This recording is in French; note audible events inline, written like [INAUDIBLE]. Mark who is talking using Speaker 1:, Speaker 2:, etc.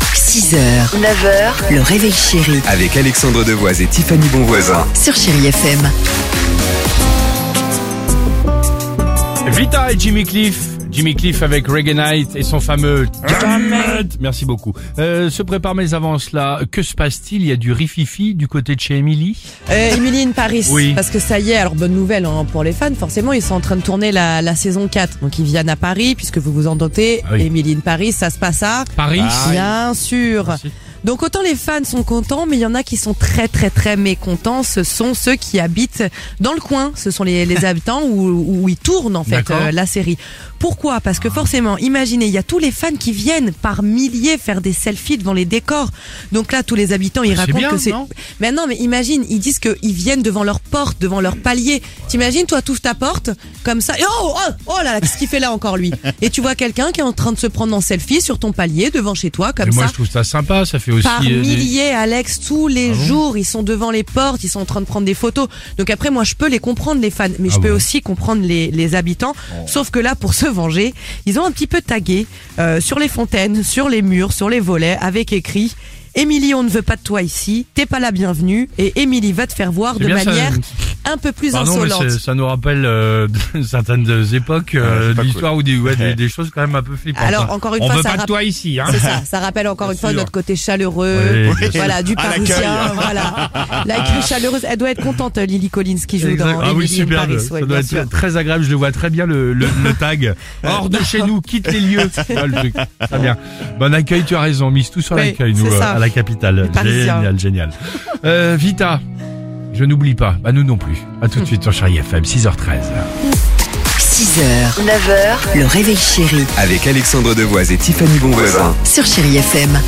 Speaker 1: 6h, 9h, le réveil chéri
Speaker 2: Avec Alexandre Devoise et Tiffany Bonvoisin.
Speaker 1: sur Chéri FM.
Speaker 3: Vita et Jimmy Cliff. Jimmy Cliff avec Reggae Night et son fameux Damn it Merci beaucoup. Euh, se prépare mes avances là. Que se passe-t-il Il y a du rififi du côté de chez Emily.
Speaker 4: Euh, Emily in Paris.
Speaker 3: Oui.
Speaker 4: Parce que ça y est, alors bonne nouvelle hein, pour les fans, forcément, ils sont en train de tourner la, la saison 4. Donc ils viennent à Paris, puisque vous vous en doutez,
Speaker 3: Ah oui.
Speaker 4: Emily in Paris, ça se passe à...
Speaker 3: Paris.
Speaker 4: Bien sûr.
Speaker 3: Merci.
Speaker 4: Donc autant les fans sont contents, mais il y en a qui sont très très très mécontents. Ce sont ceux qui habitent dans le coin. Ce sont les,
Speaker 3: [LAUGHS]
Speaker 4: les habitants où, où ils tournent en fait
Speaker 3: D'accord. Ah.
Speaker 4: euh, la série. Pourquoi Parce que forcément, imaginez, il y a tous les fans qui viennent par milliers faire des selfies devant les décors. Donc là, tous les habitants, ils
Speaker 3: Bah, c'est
Speaker 4: racontent
Speaker 3: bien,
Speaker 4: que c'est...
Speaker 3: non
Speaker 4: mais non, mais imagine, ils disent qu'ils viennent devant leur porte, devant leur palier. T'imagines, toi, t'ouvres ta porte, comme ça, et oh, oh, oh là là, qu'est-ce qu'il fait là encore lui Et tu vois quelqu'un qui est en train de se prendre en selfie sur ton palier, devant chez toi, comme
Speaker 3: Et moi
Speaker 4: ça.
Speaker 3: je trouve ça sympa. Ça fait aussi.
Speaker 4: Par
Speaker 3: euh, Ah des-
Speaker 4: milliers, Alex, tous les jours, ils sont devant les portes, ils sont en train de prendre des photos. Donc après, moi, je peux les comprendre, les fans, mais
Speaker 3: Ah
Speaker 4: je peux
Speaker 3: bon Oh.
Speaker 4: aussi comprendre les, les habitants. Sauf que là, pour se venger, ils ont un petit peu tagué euh, sur les fontaines, sur les murs, sur les volets, avec écrit. Émilie, on ne veut pas de toi ici, t'es pas la bienvenue, et Émilie va te faire voir
Speaker 3: C'est
Speaker 4: de
Speaker 3: bien, ça- euh,
Speaker 4: manière un peu plus
Speaker 3: Pardon, mais
Speaker 4: insolente.
Speaker 3: c'est- ça nous rappelle euh, [LAUGHS] certaines époques euh, de l'histoire ou des, ouais, [LAUGHS] des, des choses quand même un peu flippantes. hein.
Speaker 4: Alors, encore une
Speaker 3: On
Speaker 4: fois,
Speaker 3: veut
Speaker 4: ça
Speaker 3: pas de
Speaker 4: rapp-
Speaker 3: toi ici. Hein.
Speaker 4: C'est ça, ça rappelle encore
Speaker 3: Bien
Speaker 4: une fois
Speaker 3: sûr.
Speaker 4: notre côté chaleureux, euh,
Speaker 3: Oui, bien sûr.
Speaker 4: voilà, du
Speaker 5: À l'accueil.
Speaker 4: parisien, voilà. L'accueil
Speaker 3: [LAUGHS]
Speaker 4: chaleureuse, elle doit être contente, euh, Lily Collins, qui joue
Speaker 3: Exact.
Speaker 4: dans
Speaker 3: ah oui,
Speaker 4: Emily in
Speaker 3: superbe.
Speaker 4: Paris, ouais,
Speaker 3: ça doit
Speaker 4: bien
Speaker 3: être
Speaker 4: sûr.
Speaker 3: très agréable. Je le vois très bien le, le, le
Speaker 4: [LAUGHS]
Speaker 3: tag. Hors de chez nous, quitte les lieux. Ah, le truc. Très bien. Bon accueil, tu as raison. On Mise tout sur
Speaker 4: Oui,
Speaker 3: l'accueil, nous,
Speaker 4: c'est
Speaker 3: euh,
Speaker 4: ça.
Speaker 3: à la capitale.
Speaker 4: Parisiens.
Speaker 3: Génial, génial. Euh, Vita, je n'oublie pas. Bah, nous non plus. À tout de suite sur Chéri FM, 6h13.
Speaker 1: 6h, 9h, le réveil chéri
Speaker 2: Avec Alexandre Devoise et Tiffany Bonvoisin.
Speaker 1: sur Chéri FM.